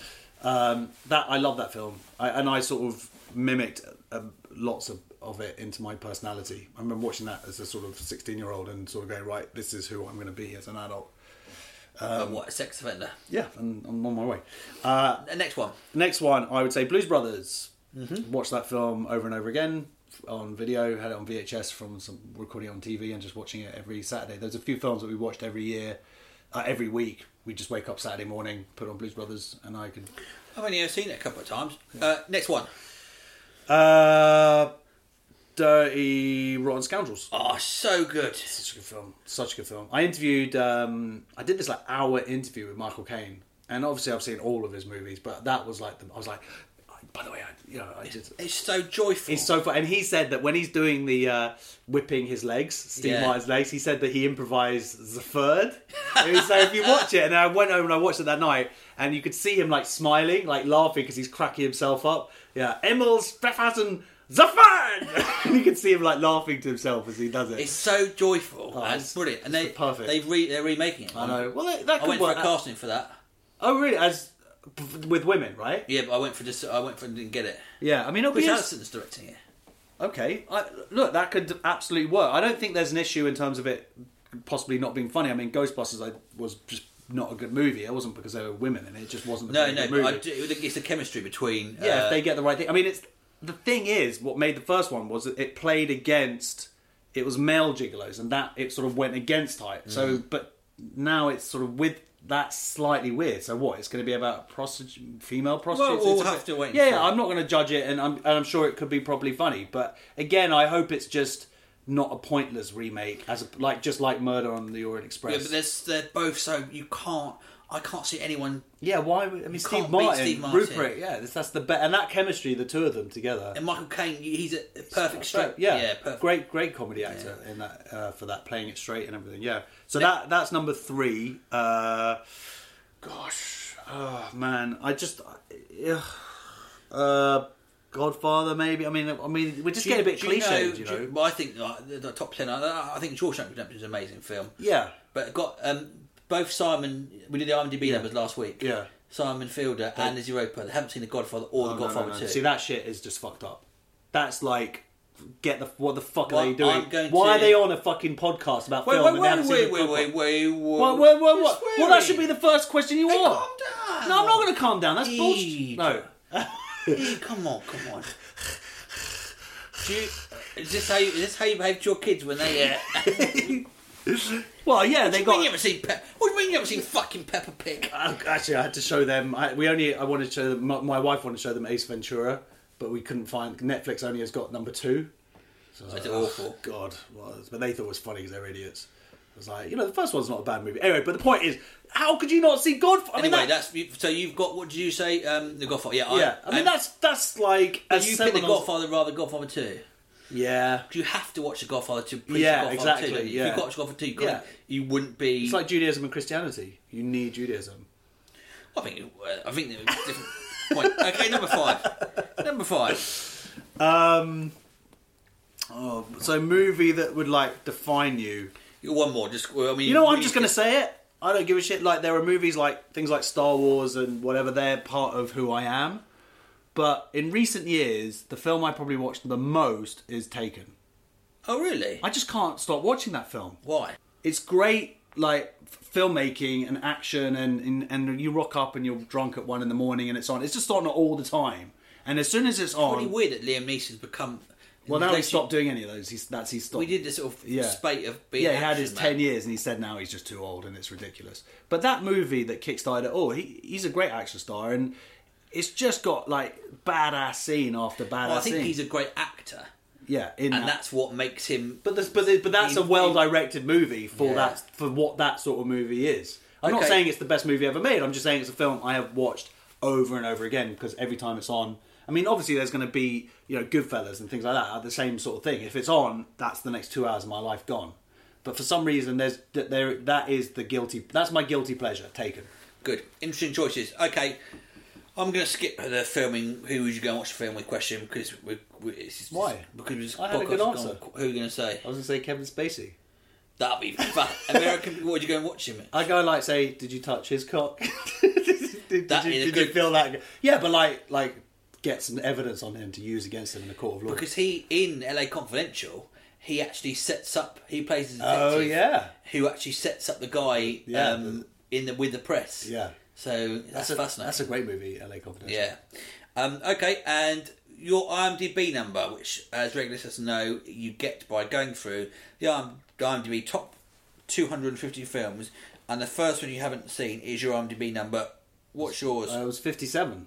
Um, that I love that film, I, and I sort of mimicked um, lots of, of it into my personality. I remember watching that as a sort of 16 year old and sort of going, right, this is who I'm going to be as an adult. But Um, what a sex offender. Yeah, and I'm on my way. The next one. Next one, I would say Blues Brothers. Watched that film over and over again on video. Had it on VHS from some recording it on TV and just watching it every Saturday. There's a few films that we watched every year, uh, every week. We just wake up Saturday morning, put on Blues Brothers, and I could. I've only ever seen it a couple of times. Uh, next one. Uh, Dirty Rotten Scoundrels. Oh, so good. Such a good film. Such a good film. I interviewed. Um, I did this like hour interview with Michael Caine, and obviously I've seen all of his movies, but that was like the. I was like, "Oh, by the way, I you know I just. It's so joyful. It's so fun. And he said that when he's doing the uh, whipping his legs, Steve Yeah. Martin's legs, he said that he improvised the third. And so if you watch it, and I went home and I watched it that night, and you could see him like smiling, like laughing because he's cracking himself up. Yeah, Emil Stefan the third! <laughs> and you could see him like laughing to himself as he does it. It's so joyful and Oh, it's- brilliant, and it's they the perfect. they re, they're remaking it. I know. Well, that, that I could went for work. a casting for that. Oh, really? As with women, right? Yeah, but I went for just I went for and didn't get it. Yeah. I mean, it'll Chris be a- Allison's directing it. Okay, I, look, that could absolutely work. I don't think there's an issue in terms of it possibly not being funny. I mean, Ghostbusters I, was just not a good movie. It wasn't because there were women in it; it just wasn't. A No, very no, good but movie. I do, it's the chemistry between. yeah, uh, if they get the right thing. I mean, it's the thing is what made the first one was that it played against. It was male gigolos, and that it sort of went against type. So, Mm-hmm. but now it's sort of with that slightly weird. So what? It's going to be about prostitute, female prostitutes. we'll It's a have bit- to wait and Yeah, see. yeah, I'm not going to judge it, and I'm and I'm sure it could be probably funny. But again, I hope it's just not a pointless remake, as a, like just like Murder on the Orient Express. yeah, but there's, they're both so you can't. I can't see anyone. Yeah, why? would- I mean, Steve can't beat Martin, Steve Martin. Rupert. Yeah, that's, that's the be- and that chemistry, the two of them together. And Michael Caine, he's a perfect Straight, strip. yeah, perfect. great, great comedy actor in that uh, for that playing it straight and everything. Yeah, so that that's number three. Uh, gosh, oh man, I just, yeah, uh, Godfather maybe. I mean, I mean, we just Do get you- a bit do you cliched, you know. do well, I think like, the, the top ten. I, I think Shawshank Redemption is an amazing film. Yeah. but it got um, both Simon. We did the IMDb numbers last week. Yeah. Oh, Simon Fielder and Lizzie Roper. They haven't seen The Godfather or The No, no, Godfather no. Two. See, that shit is just fucked up. That's like. Get the what the fuck Well, are they I'm doing? going Why to- are they on a fucking podcast about Wait, film? wait, and they wait, haven't seen wait, the wait, proper- wait, wait, wait. What, what, what, You're what? swearing. Well, that should be the first question you Hey, want. calm down. No, I'm not going to calm down. That's Jeez. bullshit. No. Hey, <laughs> come on, come on. Do you, is this how you, is this how you behave to your kids when they? Uh, Well, yeah, <laughs> they you mean you got. haven't seen? Pe- what do you mean you haven't seen fucking Peppa Pig? Uh, Actually, I had to show them. I, we only. I wanted to show them. My, my wife wanted to show them Ace Ventura, but we couldn't find. Netflix only has got number two. That's awful. "Oh, God, well, but they thought it was funny because they're idiots. I was like, you know, the first one's not a bad movie. Anyway, but the point is, how could you not see Godfather? I mean, Anyway, that- that's so you've got what did you say? Um, the Godfather. Yeah, yeah. I mean, and- that's that's like but a you pick the seminal- Godfather rather than Godfather Two. Yeah, You have to watch the Godfather to preach Yeah, the Godfather exactly, Two. If yeah. you watch Godfather Two, you, couldn't- Yeah. you wouldn't be. it's like Judaism and Christianity. You need Judaism. I think. it- uh, I think there was a different point. Okay, number five. <laughs> Number five. Oh, so movie that would like define you. You one more. Just. well, I mean, You know, what? I'm just gonna say it. I don't give a shit. Like there are movies like things like Star Wars and whatever. They're part of who I am. But in recent years, the film I probably watched the most is Taken. Oh really? I just can't stop watching that film. Why? It's great, like f- filmmaking and action, and, and and you rock up and you're drunk at one in the morning, and it's on. It's just on all the time. And as soon as it's Pretty on, weird that Liam Neeson's become. Um, well, now they he should- stopped doing any of those. He's that's he's stopped. We did this sort of Yeah. spate of being. yeah, he had his action, man. ten years, and he said now he's just too old, and it's ridiculous. But that movie that kickstarted it all, he, he's a great action star, and it's just got like badass scene after badass Well, I think scene. he's a great actor, yeah, in and that. that's what makes him. but this, but, this, but that's a He- well directed movie for Yeah. that for what that sort of movie is. I'm not Okay. saying it's the best movie ever made. I'm just saying it's a film I have watched over and over again because every time it's on. I mean, obviously, there's going to be you know Goodfellas and things like that are the same sort of thing. If it's on, that's the next two hours of my life gone. But for some reason, there's th- there that is the guilty. That's my guilty pleasure. Taken. Good. Interesting choices. Okay. I'm going to skip the filming. Who would you go and watch the film with question because we, we, it's just, Why? Because this I had a podcast good has answer. gone- who are you going to say? I was going to say Kevin Spacey. That'd be fun. American. What would you go and watch him? Uh, at? I go like say, did you touch his cock? <laughs> did did That you, is a did good- you feel that? Yeah, but like like get some evidence on him to use against him in a court of law. Because he in LA Confidential, he actually sets up. He plays a detective. Oh, yeah. Who actually sets up the guy Yeah, um, in the with the press? Yeah. So that's, a, fascinating. That's a great movie, LA Confidential. Yeah. Um, okay, and your IMDb number, which, as regular listeners know, you get by going through the IM- IMDb top 250 films, and the first one you haven't seen is your IMDb number. What's yours? Uh, it was fifty-seven,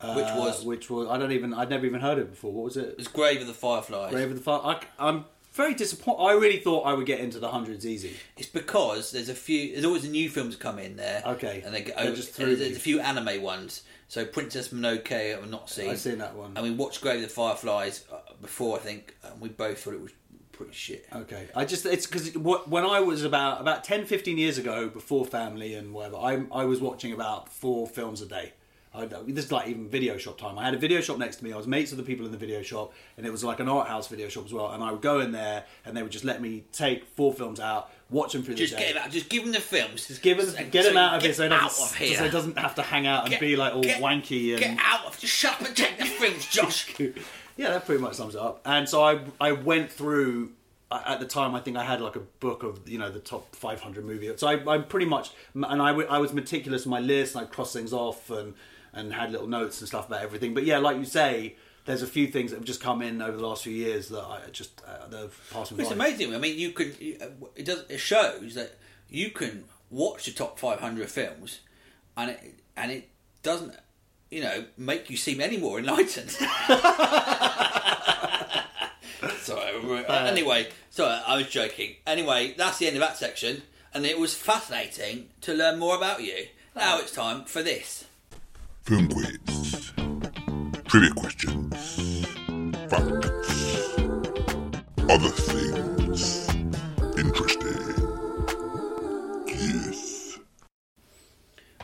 uh, Which was- which was I don't even I'd never even heard it before. What was it? it's Grave of the Fireflies. Grave of the Fire. I, am very disappointed. I really thought I would get into the hundreds easy. It's because there's a few. There's always new films come in there. Okay. and they go. They oh, just and threw there's you. a few anime ones. So Princess Mononoke, I've not seen. I've seen that one. And we watched Grave of the Fireflies uh, before, I think, and we both thought it was pretty shit. Okay, I just it's because when I was about about 10, 15 years ago, before family and whatever, I I was watching about four films a day. I, this is like even video shop time. I had a video shop next to me. I was mates with the people in the video shop, and it was like an art house video shop as well. And I would go in there, and they would just let me take four films out, watch them through Just the day. get him out. Just give him the films. Just give us, get him out of here, so he out doesn't, of here. so he doesn't have to hang out and Get- be like all get- wanky Get and out of. Just shut up and take the films, <laughs> Josh. yeah, that pretty much sums it up. And so I I went through I- at the time. I think I had like a book of you know the top 500 movies. So I, I pretty much and I, w- I was meticulous in my list. And I crossed things off and and had little notes and stuff about everything. But yeah, like you say. There's a few things that have just come in over the last few years that I just uh, that have passed me It's by. amazing. I mean, you can. It does. It shows that you can watch the top five hundred films, and it and it doesn't, you know, make you seem any more enlightened. <laughs> sorry. we're- anyway, sorry, I was joking. Anyway, that's the end of that section, and it was fascinating to learn more about you. Now it's time for this. Film quiz. Trivia questions. Facts. Other things. Interesting. Yes.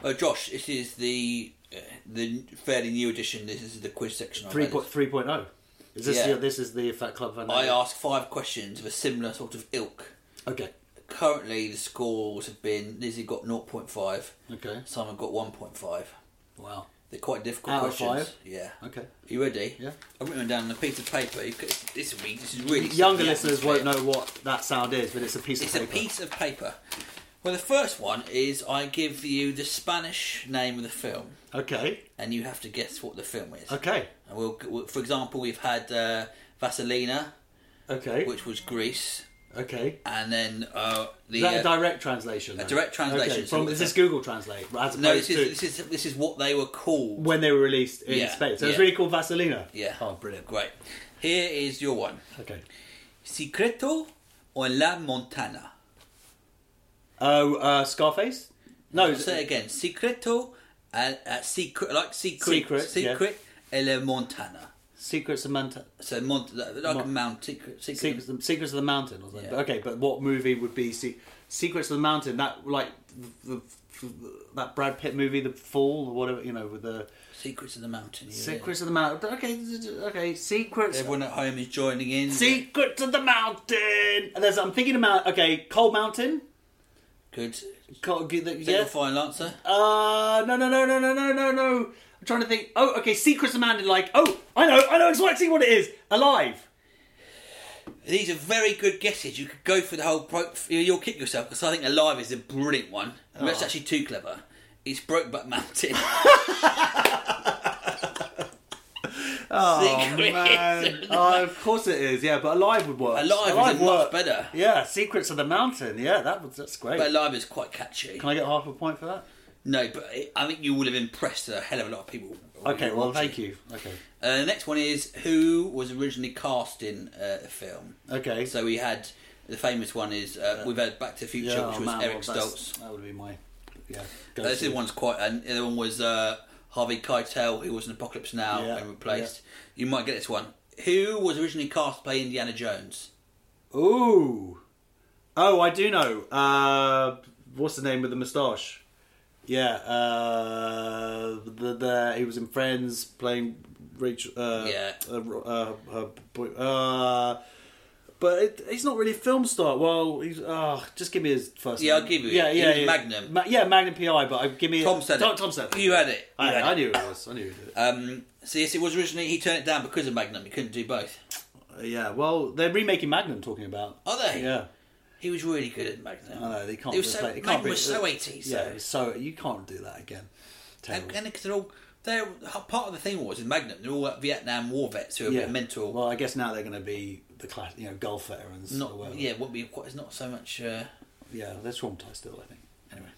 Uh, Josh, this is the uh, the fairly new edition. This is the quiz section. I've Three added. point three point oh. Is this Yeah. the, this is the Fat Club Van? I ask five questions of a similar sort of ilk. Okay. Currently, the scores have been Lizzie got 0.5, Okay. Simon got 1.5. Wow. They're quite difficult Out of questions. five? Yeah. Okay. You ready? Yeah. I've written them down on a piece of paper. You could- This will be this is really Younger yeah, listeners it's won't fair. know what that sound is, but it's a piece It's of a paper. piece of paper. Well, the first one is I give you the Spanish name of the film, Okay. and you have to guess what the film is. Okay. And we'll, we'll- for example, we've had uh, Vaselina, Okay. which was Greece, okay. and then uh, the Is that a uh, direct translation? A direct translation, Okay. so From, it's is a- this Google Translate? As opposed no, this to is, this is this is what they were called. when they were released in Yeah, Spain. So it's yeah. really called Vaselina. Yeah. Oh, brilliant. Great. Here is your one. Okay. Secreto o en la Montana. Oh, uh, Scarface? No, Say it again. Secreto, uh, uh, secret, like secret, Secret, yeah. secret, ele Montana. Secrets of Manta. So Mont, like a mount, secret, secret. Secrets, of- Secrets of the Mountain or something. Yeah. Okay, but what movie would be Se- Secrets of the Mountain? That like the, the, that Brad Pitt movie, The Fall, or whatever you know, with the Secrets of the mountain. yeah. Secrets of the Mountain. Okay, okay, Secrets. Everyone at home is joining in. Secrets of the Mountain. And there's I'm thinking about okay, Cold Mountain. Good. Is Cold, that your yeah. final answer? Uh, no, no, no, no, no, no, no, no. I'm trying to think. Oh, okay, Secrets of the Mountain. Like, oh, I know, I know exactly what it is. <laughs> Alive. These are very good guesses. You could go for the whole. Bro- you'll kick yourself because I think Alive is a brilliant one. Oh. That's actually too clever. It's Brokeback <laughs> Mountain. <laughs> oh, Man, uh, of course it is. Yeah, but alive would work. Alive is a lot better. Yeah, Secrets of the Mountain. Yeah, that was that's great. But Alive is quite catchy. Can I get half a point for that? No, but it, I think you will have impressed a hell of a lot of people. Okay, well, thank you. Okay, Uh, the next one is who was originally cast in uh, the film. okay. So we had the famous one is uh, we've had Back to the Future, yeah, which oh, was man, Eric well, that's- Stoltz. That would be my yeah. Uh, go This to. is one's quite, and the other one was uh, Harvey Keitel, who was in Apocalypse Now Yeah, and replaced. You might get this one. Who was originally cast to play Indiana Jones? Ooh. Oh, I do know. Uh, what's the name with the moustache? Yeah, uh, the, the he was in Friends playing Rachel. Uh, Yeah. Uh, ro- uh, her boy, uh, but it, he's not really a film star. Well, he's uh, just give me his first. Yeah, name. I'll give you it. Yeah, He yeah, was yeah. Magnum. Ma- yeah, Magnum PI. But I, give me Tom said Tom, it. Tom said it. You had it. You I, had I it. knew it was. I knew it. Um, so yes, it was originally. He turned it down because of Magnum. He couldn't do both. yeah. Well, they're remaking Magnum. Talking about. Are they? Yeah. He was really good at Magnum. I know they can't. It was just so, like- it can't Magnum be- was so eighty. So. Yeah, it was so you can't do that again. And Terrible. because they're all they're part of the thing was in Magnum. They're all Vietnam War vets who are a yeah. bit mental. Well, I guess now they're going to be the class, you know, Gulf veterans. or not whatever. yeah, won't be quite. It's not so much. Uh, yeah, they're traumatized still. I think. anyway,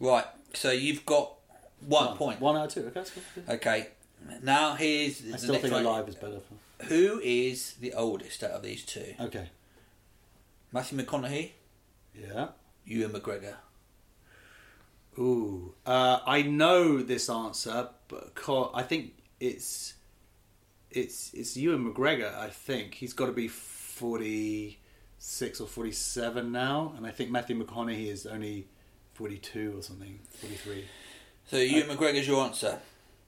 right. So you've got one, point. One out of two. Okay, that's good. yeah. Okay. Now here's the I still next think one. alive is better. For... Who is the oldest out of these two? Okay. Matthew McConaughey, Yeah. Ewan McGregor. Ooh, uh, I know this answer, but co- I think it's it's it's Ewan McGregor. I think he's got to be forty six or forty seven now, and I think Matthew McConaughey is only forty two or something, forty three. So Ewan McGregor's your answer.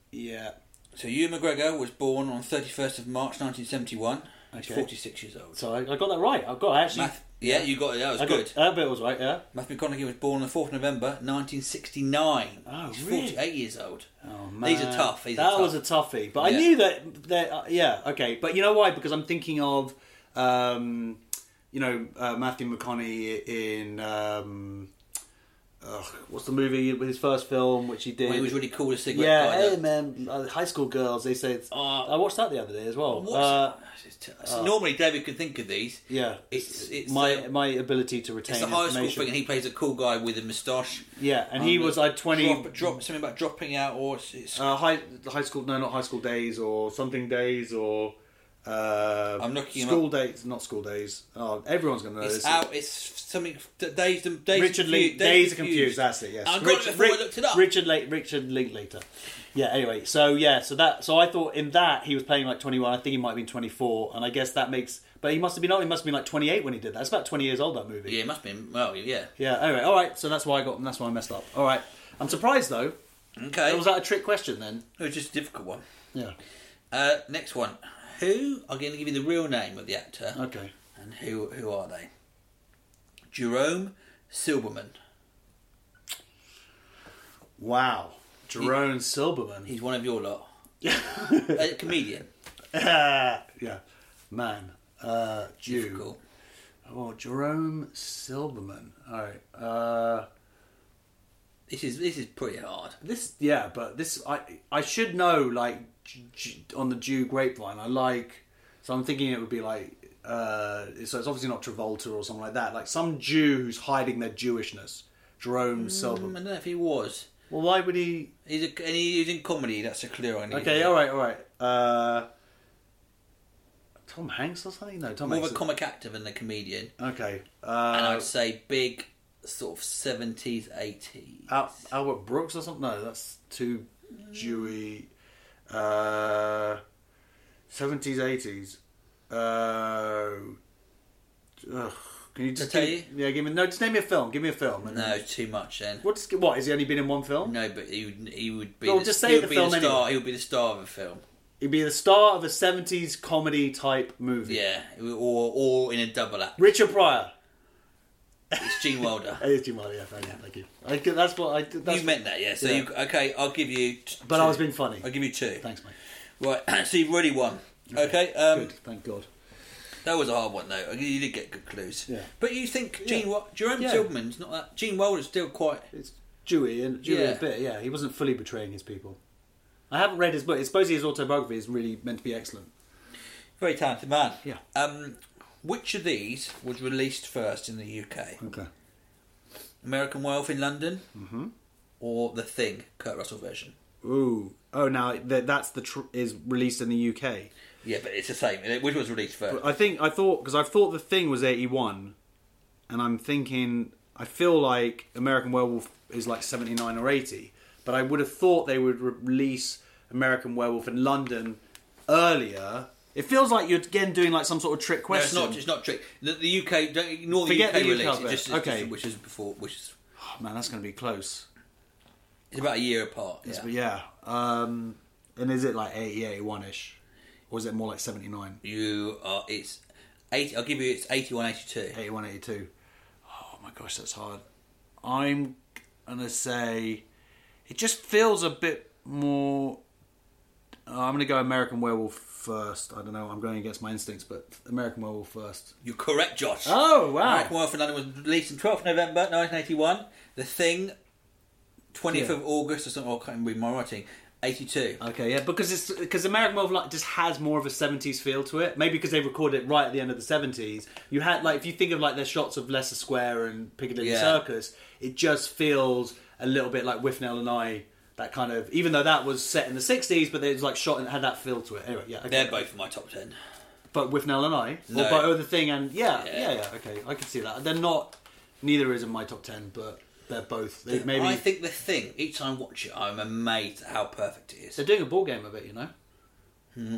Yeah. So Ewan McGregor was born on 31st of March 1971. He's Okay. 46 years old. So I, I got that right. I got I actually. Math, yeah, you got it. That was I good. got, that bit was right. Yeah. Matthew McConaughey was born on the 4th of November 1969. Oh, He's really? 48 years old. Oh, These are tough. These that are tough. was a toughie. But Yeah. I knew that. that uh, yeah, okay. But you know why? Because I'm thinking of, um, you know, uh, Matthew McConaughey in um, ugh, what's the movie with his first film, which he did. Well, he was really cool as cigarette yeah, guy. hey that- man, uh, high school girls. They say. It's, Uh, I watched that the other day as well. What's- Uh, it's t- so normally David can think of these. yeah, It's it's my uh, my ability to retain it's the high school information. thing, and he plays a cool guy with a moustache. Yeah, and he Um, was like 20 Drop, drop something about dropping out or it's, it's- uh, high high school no not high school days or something days or uh, I'm looking him school days not school days oh everyone's gonna know it's this out. It's something. d- Days and days. Richard Confu- Link days are confused that's it yes I got it before I looked it up. Richard Lake Richard Linklater yeah anyway so yeah so that so I thought in that he was playing like 21 I think he might have been 24 and I guess that makes but he must have been old he must have been like 28 when he did that it's about 20 years old that movie Yeah, it must be. Well, yeah. yeah anyway all right so that's why I got that's why I messed up all right I'm surprised though Okay. It was, was that a trick question then just a difficult one. yeah Uh, next one. Who? I'm going to give you the real name of the actor. okay And who who are they? Jerome Silberman. wow Jerome <laughs> Silberman He's one of your <laughs> lot. a comedian. Ah, yeah, man, uh, Jew. Cool. Oh, Jerome Silberman. All right. Uh, This is this is pretty hard. this, yeah, but this, I, I should know like J- J- on the Jew grapevine. I like, so I'm thinking it would be like, uh, so it's obviously not Travolta or something like that. Like some Jew who's hiding their Jewishness. Jerome I Silberman. don't know if he was. Well, why would he? He's a, and he was in comedy. That's a clue. I need. Okay, all right, all right. Uh, Tom Hanks or something? No, Tom More of Hanks. uh, a comic actor than a comedian, okay. and Uh, I'd say big sort of 70s, 80s. Al- Albert Brooks or something? No, that's too Jewy. Seventies, eighties. Uh, Ugh. Can you just tell give- yeah give me no? Just name me a film. Give me a film. and- No, too much then. What's what? Has he only been in one film? No, but he would, he would be. Well, the, just say he would the be film the star. anyway. He would be the star of a film. He'd be the star of a seventies comedy type movie. Yeah, or or in a double act. Richard Pryor. It's Gene Wilder. Hey, it's Jim Wilder, yeah, thank you, thank you. I, get- that's what I. <laughs> That's you meant that, yeah. So yeah. you okay? I'll give you. T- But two. I was being funny. I'll give you two. Thanks, mate. Right, <clears throat> so you've already won. Okay, um, Good. Thank God. that was a hard one though. You did get good clues. Yeah. But you think Gene Wa- Jerome Yeah. Tilgman's not that? Gene Wilder's still quite. It's Dewey and Dewey Yeah. a bit. Yeah, he wasn't fully betraying his people. I haven't read his book. It's supposedly his autobiography is really meant to be excellent. Very talented man. Yeah. Um, which of these was released first in the UK? Okay. American Wealth in London, mm-hmm. or The Thing, Kurt Russell version? Ooh. Oh, now that that's the tr- is released in the UK. Yeah, but it's the same. Which was released first? I think I thought because I thought the thing was eighty one, and I'm thinking I feel like American Werewolf is like seventy nine or eighty, but I would have thought they would re- release American Werewolf in London earlier. It feels like you're again doing like some sort of trick No, it's question. not. It's not trick. The, the UK. Don't ignore Forget the UK the UK release. bit. It's just, it's Okay. just- which is before. Which is Oh, man, that's going to be close. it's about a year apart. Yeah. But yeah. Um, and is it like 80, 81 ish? Or is it more like 79? You are. It's eighty. I'll give you. It's 81, 82. 81, 82. Oh my gosh, that's hard. I'm going to say it just feels a bit more. Oh, I'm going to go American Werewolf first. I don't know. I'm going against my instincts, but American Werewolf first. You're correct, Josh. Oh, American Werewolf in London was released on 12th November 1981. The Thing, 20th of August or something. I can't read my writing. 82. Okay, yeah, because it's because American Werewolf like, just has more of a seventies feel to it. Maybe because they recorded it right at the end of the seventies. You had like if you think of like their shots of Leicester Square and Piccadilly Yeah. Circus, it just feels a little bit like Whiffnell and I. That kind of even though that was set in the sixties, but it was like shot and had that feel to it. Anyway, yeah, okay. They're both in my top 10. But Whiffnell and I, No. or by other thing and yeah, Yeah. yeah, yeah, Okay, I can see that. They're not. Neither is in my top ten, but they're both. They, maybe I think The Thing, each time I watch it, I'm amazed at how perfect it is. They're doing a ball game of it, you know. Hmm.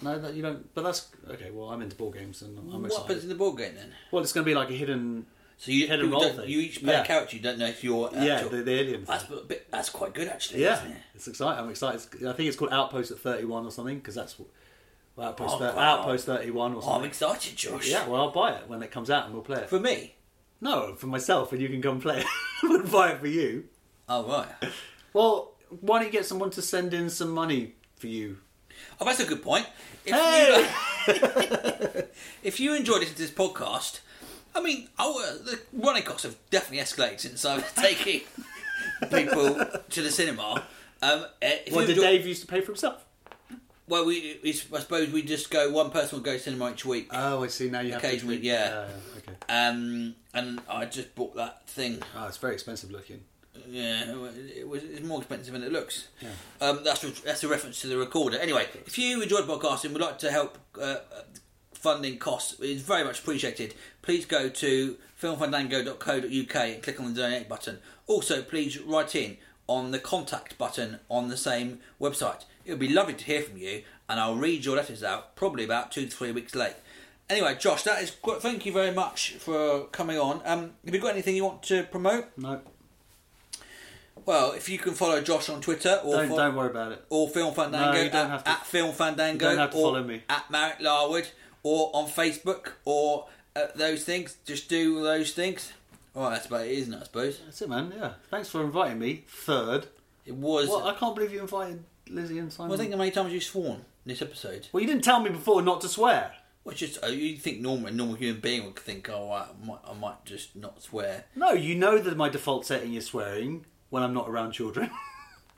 No, that you don't. But that's okay. Well, I'm into ball games, and I'm What excited. happens in the ball game then? well, it's going to be like a hidden. So you, Head and people roll don't- thing. you each play Yeah. a character. You don't know if you're Yeah, actual- the, the alien. That's thing. a bit, that's quite good actually. Yeah, isn't it? it's exciting. I'm excited. It's- I think it's called Outpost at 31 or something because that's what- well, Outpost, Oh, thir- God. Outpost 31 or I'm something. excited, Josh. yeah, well, I'll buy it when it comes out and we'll play it. For me. no, for myself, and you can come play it. <laughs> I would buy it for you. Oh right. Well, why don't you get someone to send in some money for you? Oh, that's a good point. If <laughs> you uh, if you enjoyed listening to this podcast, I mean, oh, uh, the running costs have definitely escalated since <laughs> I've taken people to the cinema. Um, eh, if Well, you did enjoy- Dave used to pay for himself? Well, we it's, I suppose we just go. One person will go to cinema each week. Oh, I see. Now you have to- Occasionally, yeah. okay. Um, and I just bought that thing. Oh, it's very expensive looking. Yeah, it was it's more expensive than it looks. Um, that's a- that's a reference to the recorder. Anyway, if you enjoyed podcasting, would like to help uh, funding costs, it's very much appreciated. Please go to filmfandango.co.uk and click on the donate button. Also, please write in on the contact button on the same website. It would be lovely to hear from you, and I'll read your letters out probably about two to three weeks late. Anyway, Josh, that is. qu- Thank you very much for coming on. Um, have you got anything you want to promote? No, Well, if you can follow Josh on Twitter or don't, fo- don't worry about it. or Film Fandango No, you don't at, have to. at Film Fandango You don't have to or follow me. at Marek Larwood or on Facebook or uh, those things. Just do those things. All right, that's about it, isn't it? I suppose That's it, man. Yeah. Thanks for inviting me. Third. it was. Well, Well, I can't believe you invited Lizzie and Simon. I think how many times you've sworn in this episode. well, you didn't tell me before not to swear. Which is uh, you think normal, a normal human being would think, oh, I might, I might just not swear. No, you know that my default setting is swearing when I'm not around children.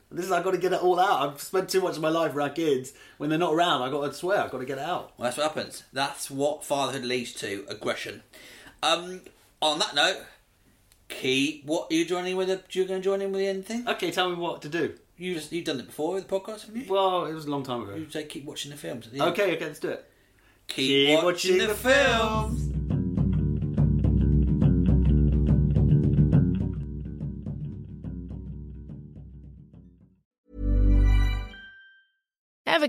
<laughs> this is I've got to get it all out. I've spent too much of my life around kids. When they're not around, I've got to swear. I've got to get it out. Well, that's what happens. That's what fatherhood leads to aggression. Um, on that note, keep what are you joining with? The, you going to join in with the end thing? Okay, tell me what to do. You just, you've done it before with the podcast, haven't you? Well, it was a long time ago. you say keep watching the films. At the end. Okay, okay, let's do it. Keep, Keep watching, watching the the films. Ever